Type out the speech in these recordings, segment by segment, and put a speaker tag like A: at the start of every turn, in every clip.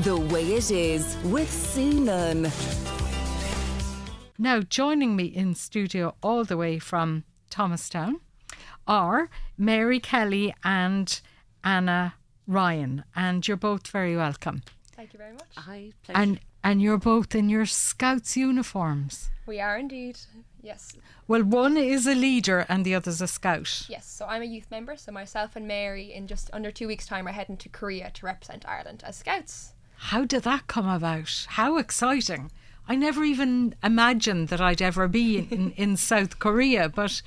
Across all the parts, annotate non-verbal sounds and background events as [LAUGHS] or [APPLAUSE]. A: The Way It Is with Sue Lunn.
B: Now, joining me in studio all the way from Thomastown are Mary Kelly and Anna Ryan, and you're both very welcome.
C: Thank you very much.
D: Hi, pleasure.
B: And and you're both in your Scouts uniforms.
C: We are indeed. Yes.
B: Well, one is a leader and the other's a scout.
C: Yes. So I'm a youth member. So myself and Mary, in just under two weeks' time, are heading to Korea to represent Ireland as scouts.
B: How did that come about? How exciting! I never even imagined that I'd ever be in, in South Korea, but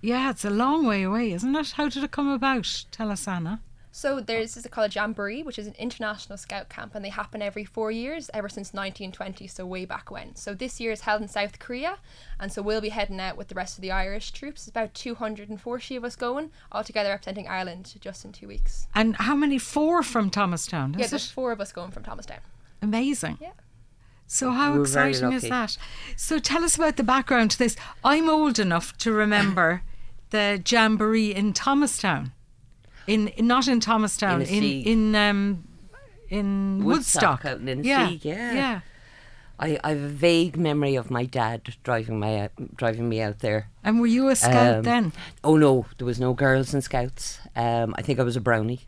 B: yeah, it's a long way away, isn't it? How did it come about? Tell us, Anna.
C: So there's this is called a Jamboree, which is an international scout camp, and they happen every four years, ever since 1920, so way back when. So this year is held in South Korea, and so we'll be heading out with the rest of the Irish troops. It's about 240 of us going, all together representing Ireland just in two weeks.
B: And how many? Four from Thomastown,
C: Yeah,
B: is
C: there's
B: it?
C: four of us going from Thomastown.
B: Amazing.
C: Yeah.
B: So how
D: We're very
B: exciting is
D: lucky.
B: that? So tell us about the background to this. I'm old enough to
D: [COUGHS]
B: remember the jamboree in Thomastown, in not in Thomastown,
D: In
B: in
D: Seague.
B: in um, in
D: Woodstock
B: Woodstock,
D: out in Seague, yeah.
B: yeah.
D: I, I have a vague memory of my dad driving my out- driving me out there.
B: And were you a scout
D: Um,
B: then?
D: Oh no, there was no girls in Scouts. Um, I think I was
B: [LAUGHS]
D: a brownie,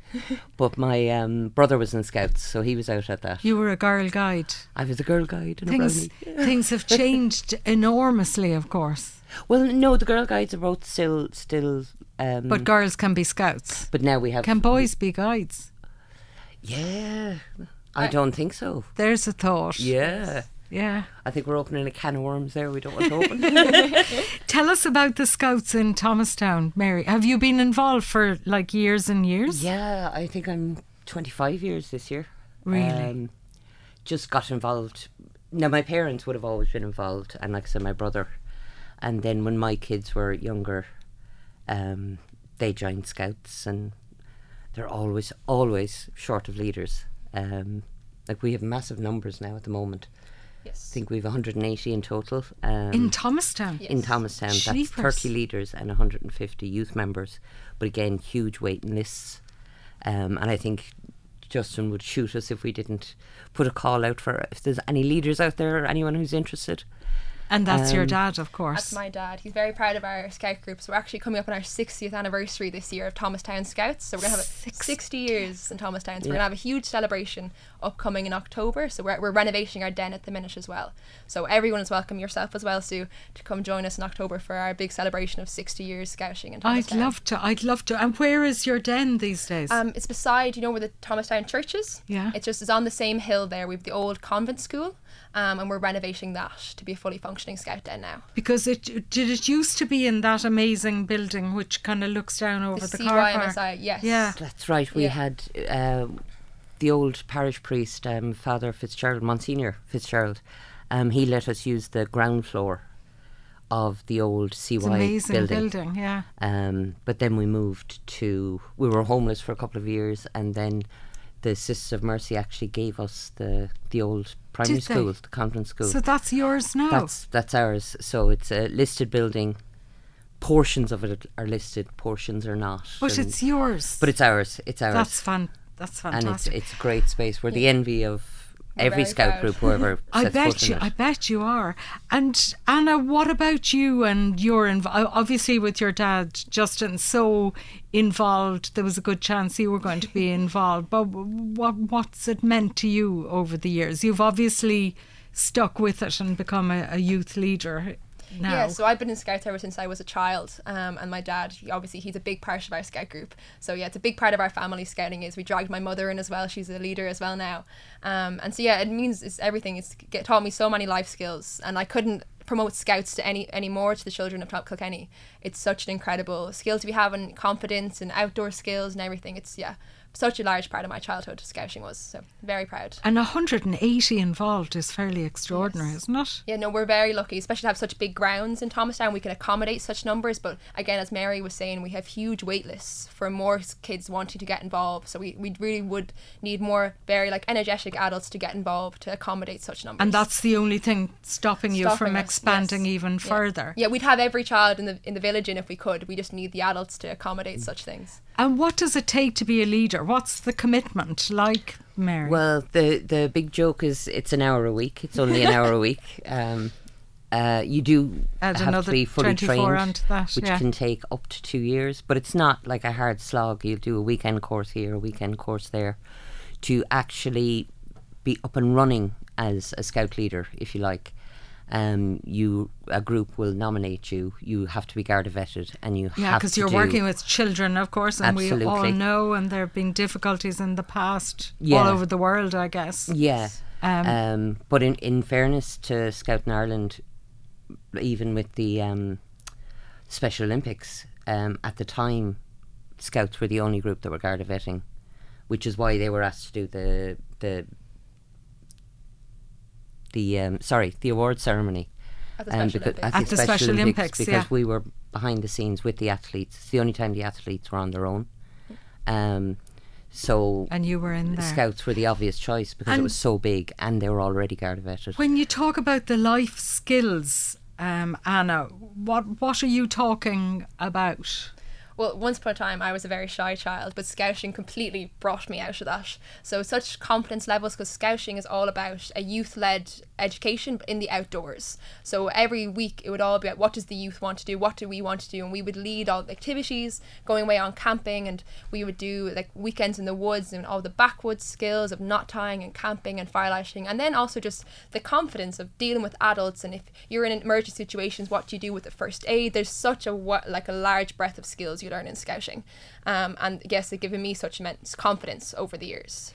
D: but my um, brother was in Scouts, so he was out at that.
B: You were a girl guide.
D: I was a girl guide and
B: Things
D: a [LAUGHS]
B: [LAUGHS]
D: brownie.
B: things have changed enormously, of course.
D: Well, no, the girl guides are both still still. Um,
B: But girls can be scouts.
D: but now we have
B: Can boys be guides?
D: Yeah, I
B: Uh,
D: don't think so.
B: There's a thought.
D: Yeah,
B: Yeah.
D: I think we're opening a can of worms there. We don't want
B: [LAUGHS]
D: to open.
B: Tell us about the scouts in Thomastown, Mary. Have you been involved for like years and years?
D: Yeah, I think I'm 25 years this year. Um,
B: Really?
D: just got involved. Now, my parents would have always been involved, and like I said, my brother. And then when my kids were younger, um, they joined Scouts, and they're always, always short of leaders. Um, like, we have massive numbers now at the moment.
C: Yes.
D: I think we have 180 in total. Um,
B: In Thomastown.
D: in Thomastown. That's
B: Jeepers.
D: 30 leaders and 150 youth members. But again, huge waiting lists. Um, and I think Justin would shoot us if we didn't put a call out for if there's any leaders out there or anyone who's interested.
B: And that's
D: Um,
B: your dad, of course.
C: That's my dad. He's very proud of our scout group. So we're actually coming up on our 60th anniversary this year of Thomastown Scouts. So we're going to have a 60 years in Thomastown. So we're going to have a huge celebration upcoming in October. So we're, we're renovating our den at the minute as well. So everyone is welcome, yourself as well, Sue, to come join us in October for our big celebration of 60 years scouting in
B: I'd
C: Thomastown.
B: love to. I'd love to. And where is your den these days?
C: Um, it's beside, you know, where the Thomastown Church is.
B: Yeah.
C: It's just it's on the same hill there. We've the old convent school, um, and we're renovating that to be a fully functioning scout den now.
B: because it did it used to be in that amazing building which kind of looks down over the, car park.
C: CYMSI, yes.
B: Yeah.
D: That's right. We
C: Yeah.
D: had um the old parish priest, um, Father Fitzgerald, Monsignor Fitzgerald. Um, he let us use the ground floor of the old CY
B: It's amazing building.
D: building.
B: yeah.
D: Um, but then we moved to, we were homeless for a couple of years, and then the Sisters of Mercy actually gave us the, the old primary
B: Did they?
D: school, the convent school.
B: So oh. that's yours now.
D: Oh. that's, that's ours. So it's a listed building. Portions of it are listed, portions are not.
B: but
D: and-
B: it's yours.
D: but it's ours. It's ours.
B: that's fun. That's
D: and it's,
B: fantastic.
D: it's a great space. We're the envy of every
C: very
D: scout
C: proud.
D: group, whoever
B: I
D: sets
B: bet
D: foot
B: you.
D: in it.
B: I bet you are. And Anna, what about you and your inv- obviously with your dad Justin so involved? There was a good chance you were going to
C: [LAUGHS]
B: be involved. But what what's it meant to you over the years? You've obviously stuck with it and become a, a youth leader now.
C: Yeah, so I've been in Scouts ever since I was a child, um, and my dad, he- obviously, he's a big part of our Scout group. So yeah, it's a big part of our family. Scouting is. We dragged my mother in as well. She's a leader as well now, um, and so yeah, it means it's everything. It's it taught me so many life skills, and I couldn't promote Scouts to any anymore to the children of Top Kilkenny. It's such an incredible skill to be having confidence and outdoor skills and everything. It's yeah, such a large part of my childhood. Scouting was so very proud.
B: and 180 involved is fairly extraordinary, isn't it?
C: Yeah, no, we're very lucky, especially to have such big grounds in Thomastown. We can accommodate such numbers, but again, as Mary was saying, we have huge wait lists for more s- kids wanting to get involved. So we, we really would need more very like energetic adults to get involved to accommodate such numbers.
B: And that's the only thing stopping you
C: Stopping
B: from
C: us,
B: expanding
C: yes.
B: even
C: Yeah.
B: further. Mm.
C: Yeah, we'd have every child in the in the village in if we could. We just need the adults to accommodate such things.
B: And what does it take to be a leader? What's the commitment like, Mary?
D: Well, the the big joke is it's an hour a week. It's only
B: [LAUGHS]
D: an hour a week. Um, uh, you do
B: Add
D: have to
B: another
D: be fully
B: 24
D: trained,
B: onto that,
D: which
B: yeah.
D: can take up to two years. But it's not like a hard slog. You'll do a weekend course here, a weekend course there, to actually be up and running as a scout leader, if you like. Um, you a group will nominate you. You have to be Garda vetted, and you
B: yeah,
D: have
B: because
D: to
B: you're
D: do-
B: working with children, of course, and we all
D: Absolutely.
B: know, and there have been difficulties in the past all
D: Yeah.
B: over the world, I guess.
D: Yeah.
B: Um,
D: Um, but in, in fairness to Scouting Ireland, even with the um, Special Olympics, um, at the time, Scouts were the only group that were Garda vetting, which is why they were asked to do the the the um, sorry the award ceremony. Um,
C: At the Special Olympics.
D: becau-
B: At the Special Olympics,
D: because
B: yeah.
D: we were behind the scenes with the athletes. It's the only time the athletes were on their own. Um, so
B: and you were in
D: the
B: there.
D: Scouts were the obvious choice because
B: And-
D: it was so big and they were already guarded vetted.
B: When you talk about the life skills, um, Anna, what what are you talking about?
C: Well, once upon a time, I was a very shy child, but scouting completely brought me out of that. So, such confidence levels because scouting is all about a youth led education but in the outdoors. So, every week it would all be about what does the youth want to do, what do we want to do, and we would lead all the activities, going away on camping, and we would do like weekends in the woods and all the backwoods skills of knot tying and camping and fire lighting, and then also just the confidence of dealing with adults and if you're in emergency situations, what do you do with the first aid? There's such a wa- like a large breadth of skills you learn in scouting, um, and yes, they've given me such immense confidence over the years.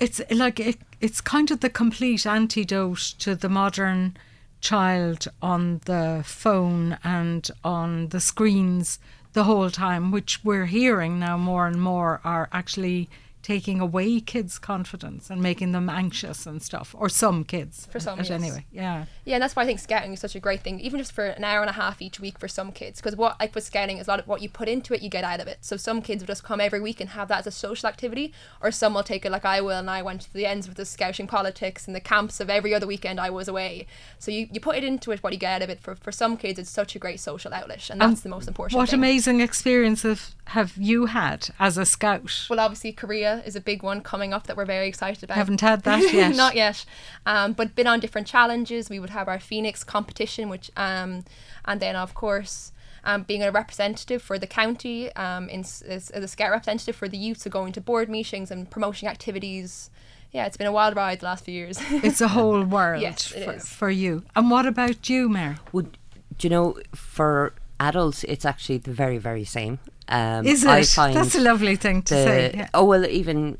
B: It's like it, it's kind of the complete antidote to the modern child on the phone and on the screens the whole time, which we're hearing now more and more are actually taking away kids' confidence and making them anxious and stuff, or some kids.
C: For some,
B: at
C: yes.
B: anyway, yeah.
C: Yeah, and that's why I think scouting is such a great thing, even just for an hour and a half each week for some kids. Because what like with scouting is a lot of what you put into it, you get out of it. So some kids will just come every week and have that as a social activity, or some will take it like I will, and I went to the ends with the scouting politics and the camps of every other weekend I was away. So you, you put it into it, what you get out of it. For for some kids, it's such a great social outlet, and that's the most important.
B: What
C: thing.
B: amazing experience have, have you had as a scout?
C: Well, obviously, Korea is a big one coming up that we're very excited about.
B: Haven't had
C: [LAUGHS]
B: that yet.
C: Not yet. Um, but been on different challenges. We would have our Phoenix competition, which, um, and then of course, um, being a representative for the county, um, in, s- as, as a scout representative for the youth, so going to board meetings and promoting activities. Yeah, it's been a wild ride the last few years. [LAUGHS]
B: It's a whole world
C: Yes, it
B: for,
C: is.
B: for you. And what about you, Mary?
D: Would do you know for adults it's actually the very very same. Um,
B: Is
D: I
B: it?
D: find
B: That's a lovely thing to
D: the-
B: say. yeah.
D: Oh well, even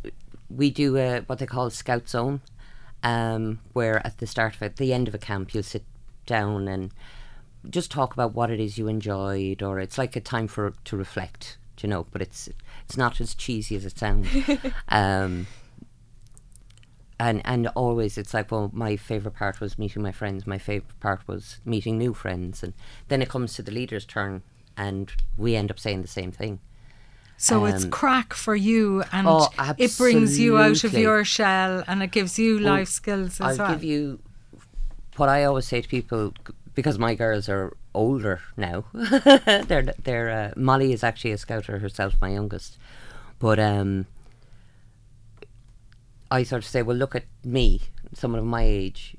D: we do a, what they call scout zone, um, where at the start of it, the end of a camp, you'll sit down and just talk about what it is you enjoyed, or it's like a time for to reflect, do you know. But it's it's not as cheesy as
B: [LAUGHS]
D: it sounds. um, and and always it's like well my favorite part was meeting my friends my favorite part was meeting new friends and then it comes to the leader's turn and we end up saying the same thing
B: So it's
D: um,
B: crack for you and
D: Oh,
B: it brings you out of
D: absolutely. Oh,
B: your shell and it gives you life skills as
D: I'll
B: well.
D: give you what I always say to people g- because my girls are older now. [LAUGHS] they're they're uh, Molly is actually a scouter herself, my youngest, but um, I sort of say, well, look at me, someone of my age.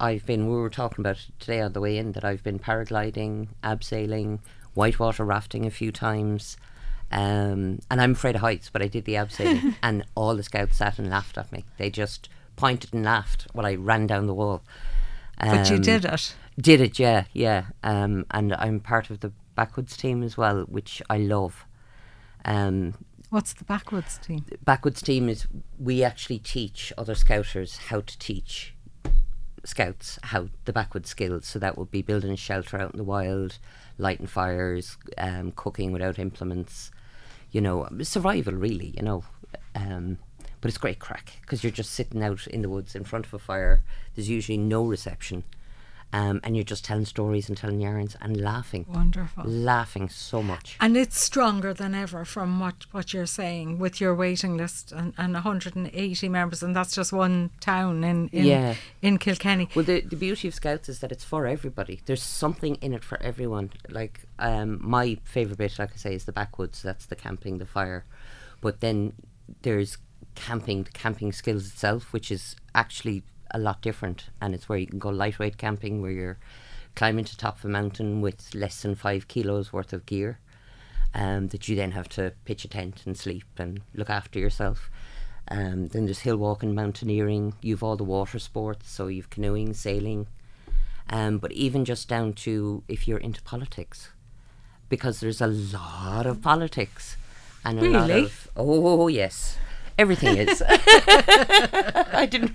D: I've been. We were talking about it today on the way in that I've been paragliding, abseiling, whitewater rafting a few times. Um, and I'm afraid of heights, but I did
B: [LAUGHS]
D: the abseiling, and all the scouts sat and laughed at me. They just pointed and laughed while I ran down the wall.
B: but you
D: Um,
B: did it.
D: Did it, yeah, yeah. Um, and I'm part of the backwoods team as well, which I love. Um,
B: What's the backwards team?
D: backwoods team is we actually teach other scouters how to teach scouts how the backwoods skills so that would be building a shelter out in the wild lighting fires um, cooking without implements you know survival really you know um, but it's great crack because you're just sitting out in the woods in front of a fire there's usually no reception um, and you're just telling stories and telling yarns and laughing,
B: Wonderful.
D: laughing so much.
B: And it's stronger than ever from what, what you're saying with your waiting list and, and 180 members, and that's just one town in in,
D: Yeah.
B: in Kilkenny.
D: Well, the, the beauty of Scouts is that it's for everybody. There's something in it for everyone. Like um, my favorite bit, like I say, is the backwoods. That's the camping, the fire, but then there's camping, the camping skills itself, which is actually a lot different. And it's where you can go lightweight camping, where you're climbing to top of a mountain with less than five kilos worth of gear, um, that you then have to pitch a tent and sleep and look after yourself. Um, then there's hill walking, mountaineering. You've all the water sports, so you've canoeing, sailing. Um, but even just down to if you're into politics, because there's a lot of politics and a lot
B: Really?
D: of oh yes, everything is. I didn't.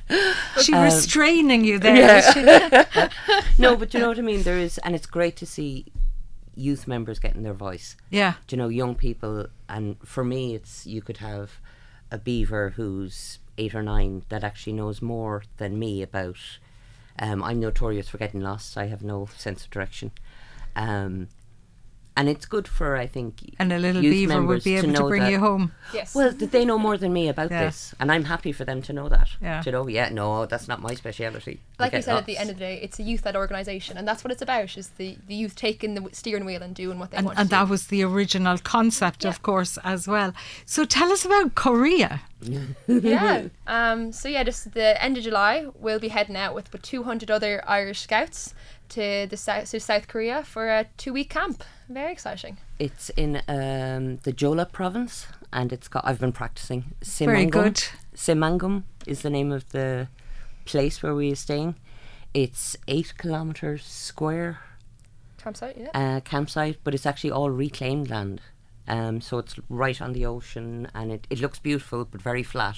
B: She
D: uh,
B: restraining you there. is she?
D: No, but you know what I mean. There is, and it's great to see youth members getting their voice.
B: yeah.
D: Do you know young people and for me it's you could have a beaver who's eight or nine that actually knows more than me about um, i'm notorious for getting lost i have no sense of direction um, and it's good for i think
B: And a little
D: youth
B: beaver would
D: members
B: be able to,
D: know
B: bring
D: that-
B: you home.
C: Yes.
D: well that they know more than me about
B: Yeah.
D: this and i'm happy for them to know that
B: Yeah.
D: to know yeah no that's not my speciality I
C: like you
D: get
C: said at the
D: lost."
C: end of the day, it's a youth-led organisation, and that's what it's about: is the, the youth taking the w- steering wheel and doing what they
B: And,
C: want.
B: and
C: to do.
B: that was the original concept, of course, as well. So tell us about Korea.
C: yeah. Um, so yeah, just the end of July, we'll be heading out with, with 200 other Irish scouts to the south, to South Korea for a two-week camp. Very exciting.
D: It's in um, the Jola province, and it's got. I've been practicing. Simangum.
B: Very good.
D: Simangum is the name of the place where we are staying. It's eight kilometers square
C: Campsite, yeah.
D: uh, campsite, but it's actually all reclaimed land. Um, so it's right on the ocean, and it, it looks beautiful but very flat.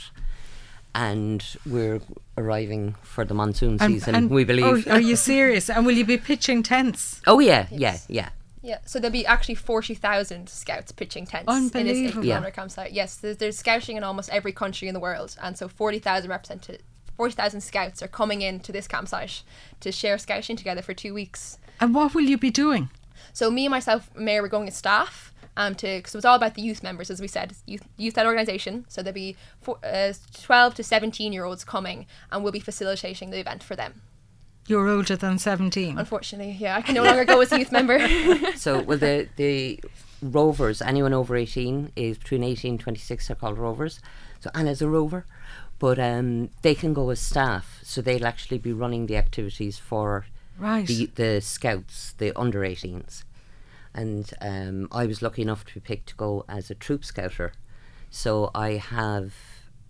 D: And we're arriving for the monsoon season. we believe.
B: Oh, are you serious? And will you be pitching tents?
D: [LAUGHS] oh yeah, yeah, yeah.
C: Yeah, so there'll be actually 40,000 scouts pitching tents in this
B: Unbelievable.
C: 8
D: Yeah.
C: kilometre campsite. Yes, there's, there's scouting in almost every country in the world, and so 40,000 represented. 40,000 scouts are coming in to this campsite to share scouting together for two weeks.
B: And what will you be doing?
C: So me and myself, and Mayor, were going as staff um, to because it was all about the youth members, as we said, youth youth led organisation. So there'll be four, uh, 12 to 17 year olds coming, and we'll be facilitating the event for them.
B: You're older than 17.
C: Unfortunately, yeah, I can no longer go as a
B: [LAUGHS]
C: youth member.
D: So, well, the the rovers, anyone over 18 is between 18 and 26 are called rovers. So Anna's a rover, but um, they can go as staff. So they'll actually be running the activities for
B: Right.
D: the, the scouts, the under 18s. And um, I was lucky enough to be picked to go as a troop scouter. So I have,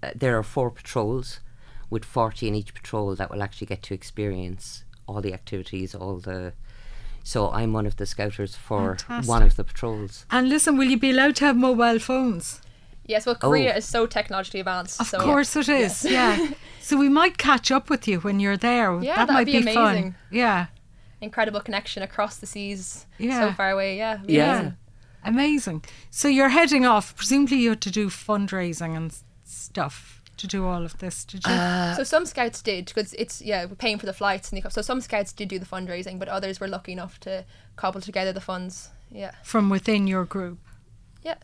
D: uh, there are four patrols with 40 in each patrol that will actually get to experience all the activities, all the. So I'm one of the scouters for one of the patrols.
B: And listen, will you be allowed to have mobile phones?
C: yes, well,
D: Oh.
C: Korea is so technologically advanced.
B: Of
C: so
B: course it is.
C: [LAUGHS]
B: Yeah. so we might catch up with you when you're there.
C: Yeah,
B: that
C: that'd
B: might
C: be
B: fun.
C: amazing.
B: Yeah.
C: incredible connection across the seas,
B: Yeah.
C: so far away. Yeah,
D: Yeah.
B: Yeah. Amazing. So you're heading off. Presumably you had to do fundraising and s- stuff to do all of this, did you?
D: Uh,
C: So some scouts did because it's yeah we're paying for the flights and the, so some scouts did do the fundraising, but others were lucky enough to cobble together the funds. Yeah,
B: From within your group.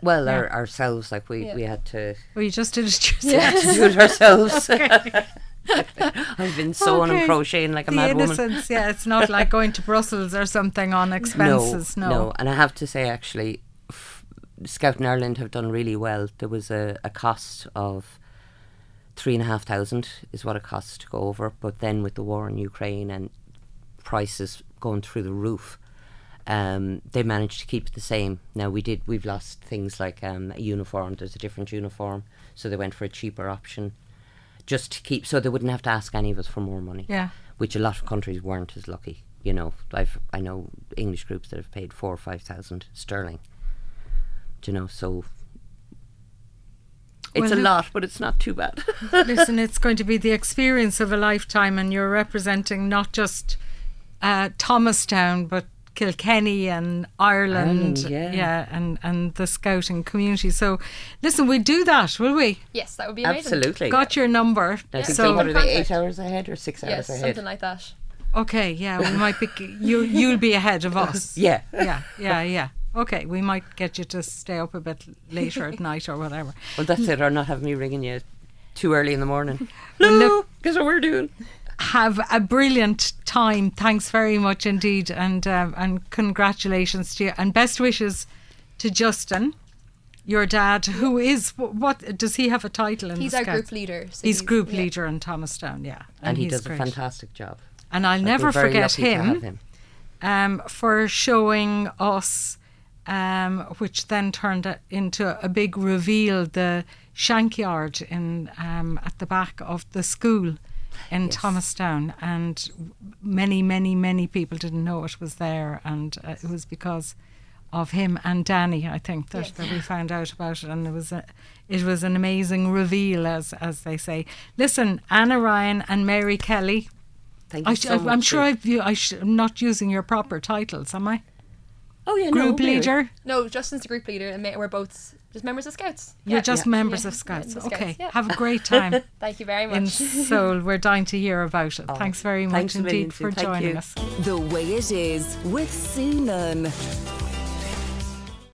D: Well, our, ourselves, like we,
C: Yeah.
D: we had to [LAUGHS]
B: Well, you just did it yourself.
D: to do it
B: [LAUGHS]
D: ourselves. [LAUGHS] I've been sewing
B: Okay.
D: and crocheting like a
B: the
D: mad woman.
B: innocence, yeah. It's not
D: [LAUGHS]
B: like going to Brussels or something on expenses. No,
D: And I have to say, actually, f- Scout in Ireland have done really well. There was a, a cost of three and a half thousand is what it costs to go over. But then with the war in Ukraine and prices going through the roof, um, they managed to keep it the same. Now we did. We've lost things like um, a uniform. There's a different uniform, so they went for a cheaper option, just to keep. So they wouldn't have to ask any of us for more money
B: Yeah.
D: which a lot of countries weren't as lucky. You know, I've I know English groups that have paid four or five thousand sterling. Do you know? So it's
B: Well,
D: a
B: look-
D: lot, but it's not too bad. [LAUGHS]
B: Listen, it's going to be the experience of a lifetime, and you're representing not just uh, Thomastown, but Kilkenny and Ireland,
D: Ireland, Oh, yeah.
B: and and the scouting community. So, listen, we do that, will we?
C: yes, that would be amazing.
D: Absolutely.
B: Got your number.
D: I think
B: so,
D: they- what are they,
C: Contact.
D: eight hours ahead or six
C: Yes,
D: hours ahead?
C: something like that.
B: Okay, yeah, we might be. You you'll be ahead of us.
D: [LAUGHS] Yeah.
B: yeah, yeah, yeah. Okay, we might get you to stay up a bit later at night or whatever.
D: Well, that's it, or not have me ringing you too early in the morning.
B: Well, look-
D: [LAUGHS] No, guess what we're doing?
B: Have a brilliant time. Thanks very much indeed, and um, and congratulations to you, and best wishes to Justin, your dad, who is wh- what does he have a title in?
C: He's
B: the
C: our
B: Scouts?
C: group leader. so
B: He's group
C: yeah.
B: leader in Thomastown, yeah,
D: And, he does
B: great.
D: a fantastic job.
B: And I'll
D: Like, we're
B: never
D: very
B: forget
D: lucky to have him.
B: um, for showing us, um, which then turned it into a big reveal, the shankyard in um, at the back of the school in Thomastown, and many, many, many people didn't know it was there, and uh, it was because of him and Danny, I think that, that we found out about it, and it was a, it was an amazing reveal, as as they say. Listen, Anna Ryan and Mary Kelly.
D: Thank you
B: I
D: so much.
B: am
D: for-
B: sure I've, u- I sh- I'm not using your proper titles, am I?
D: Oh, yeah, no,
B: Group
D: Mary.
B: leader.
C: No, Justin's the group leader, and ma- we're both just members of Scouts.
B: You're just members
C: Yeah,
B: of Scouts.
C: members of
B: okay.
C: Scouts, yeah.
B: Have a great time
C: Thank you very [LAUGHS] much. [LAUGHS] Oh,
B: in Seoul. We're dying to hear about it. thanks very much
D: thanks a million,
B: indeed
D: Sue.
B: for
D: Thank
B: joining
D: you.
B: us.
A: The Way It Is with Sue Nunn.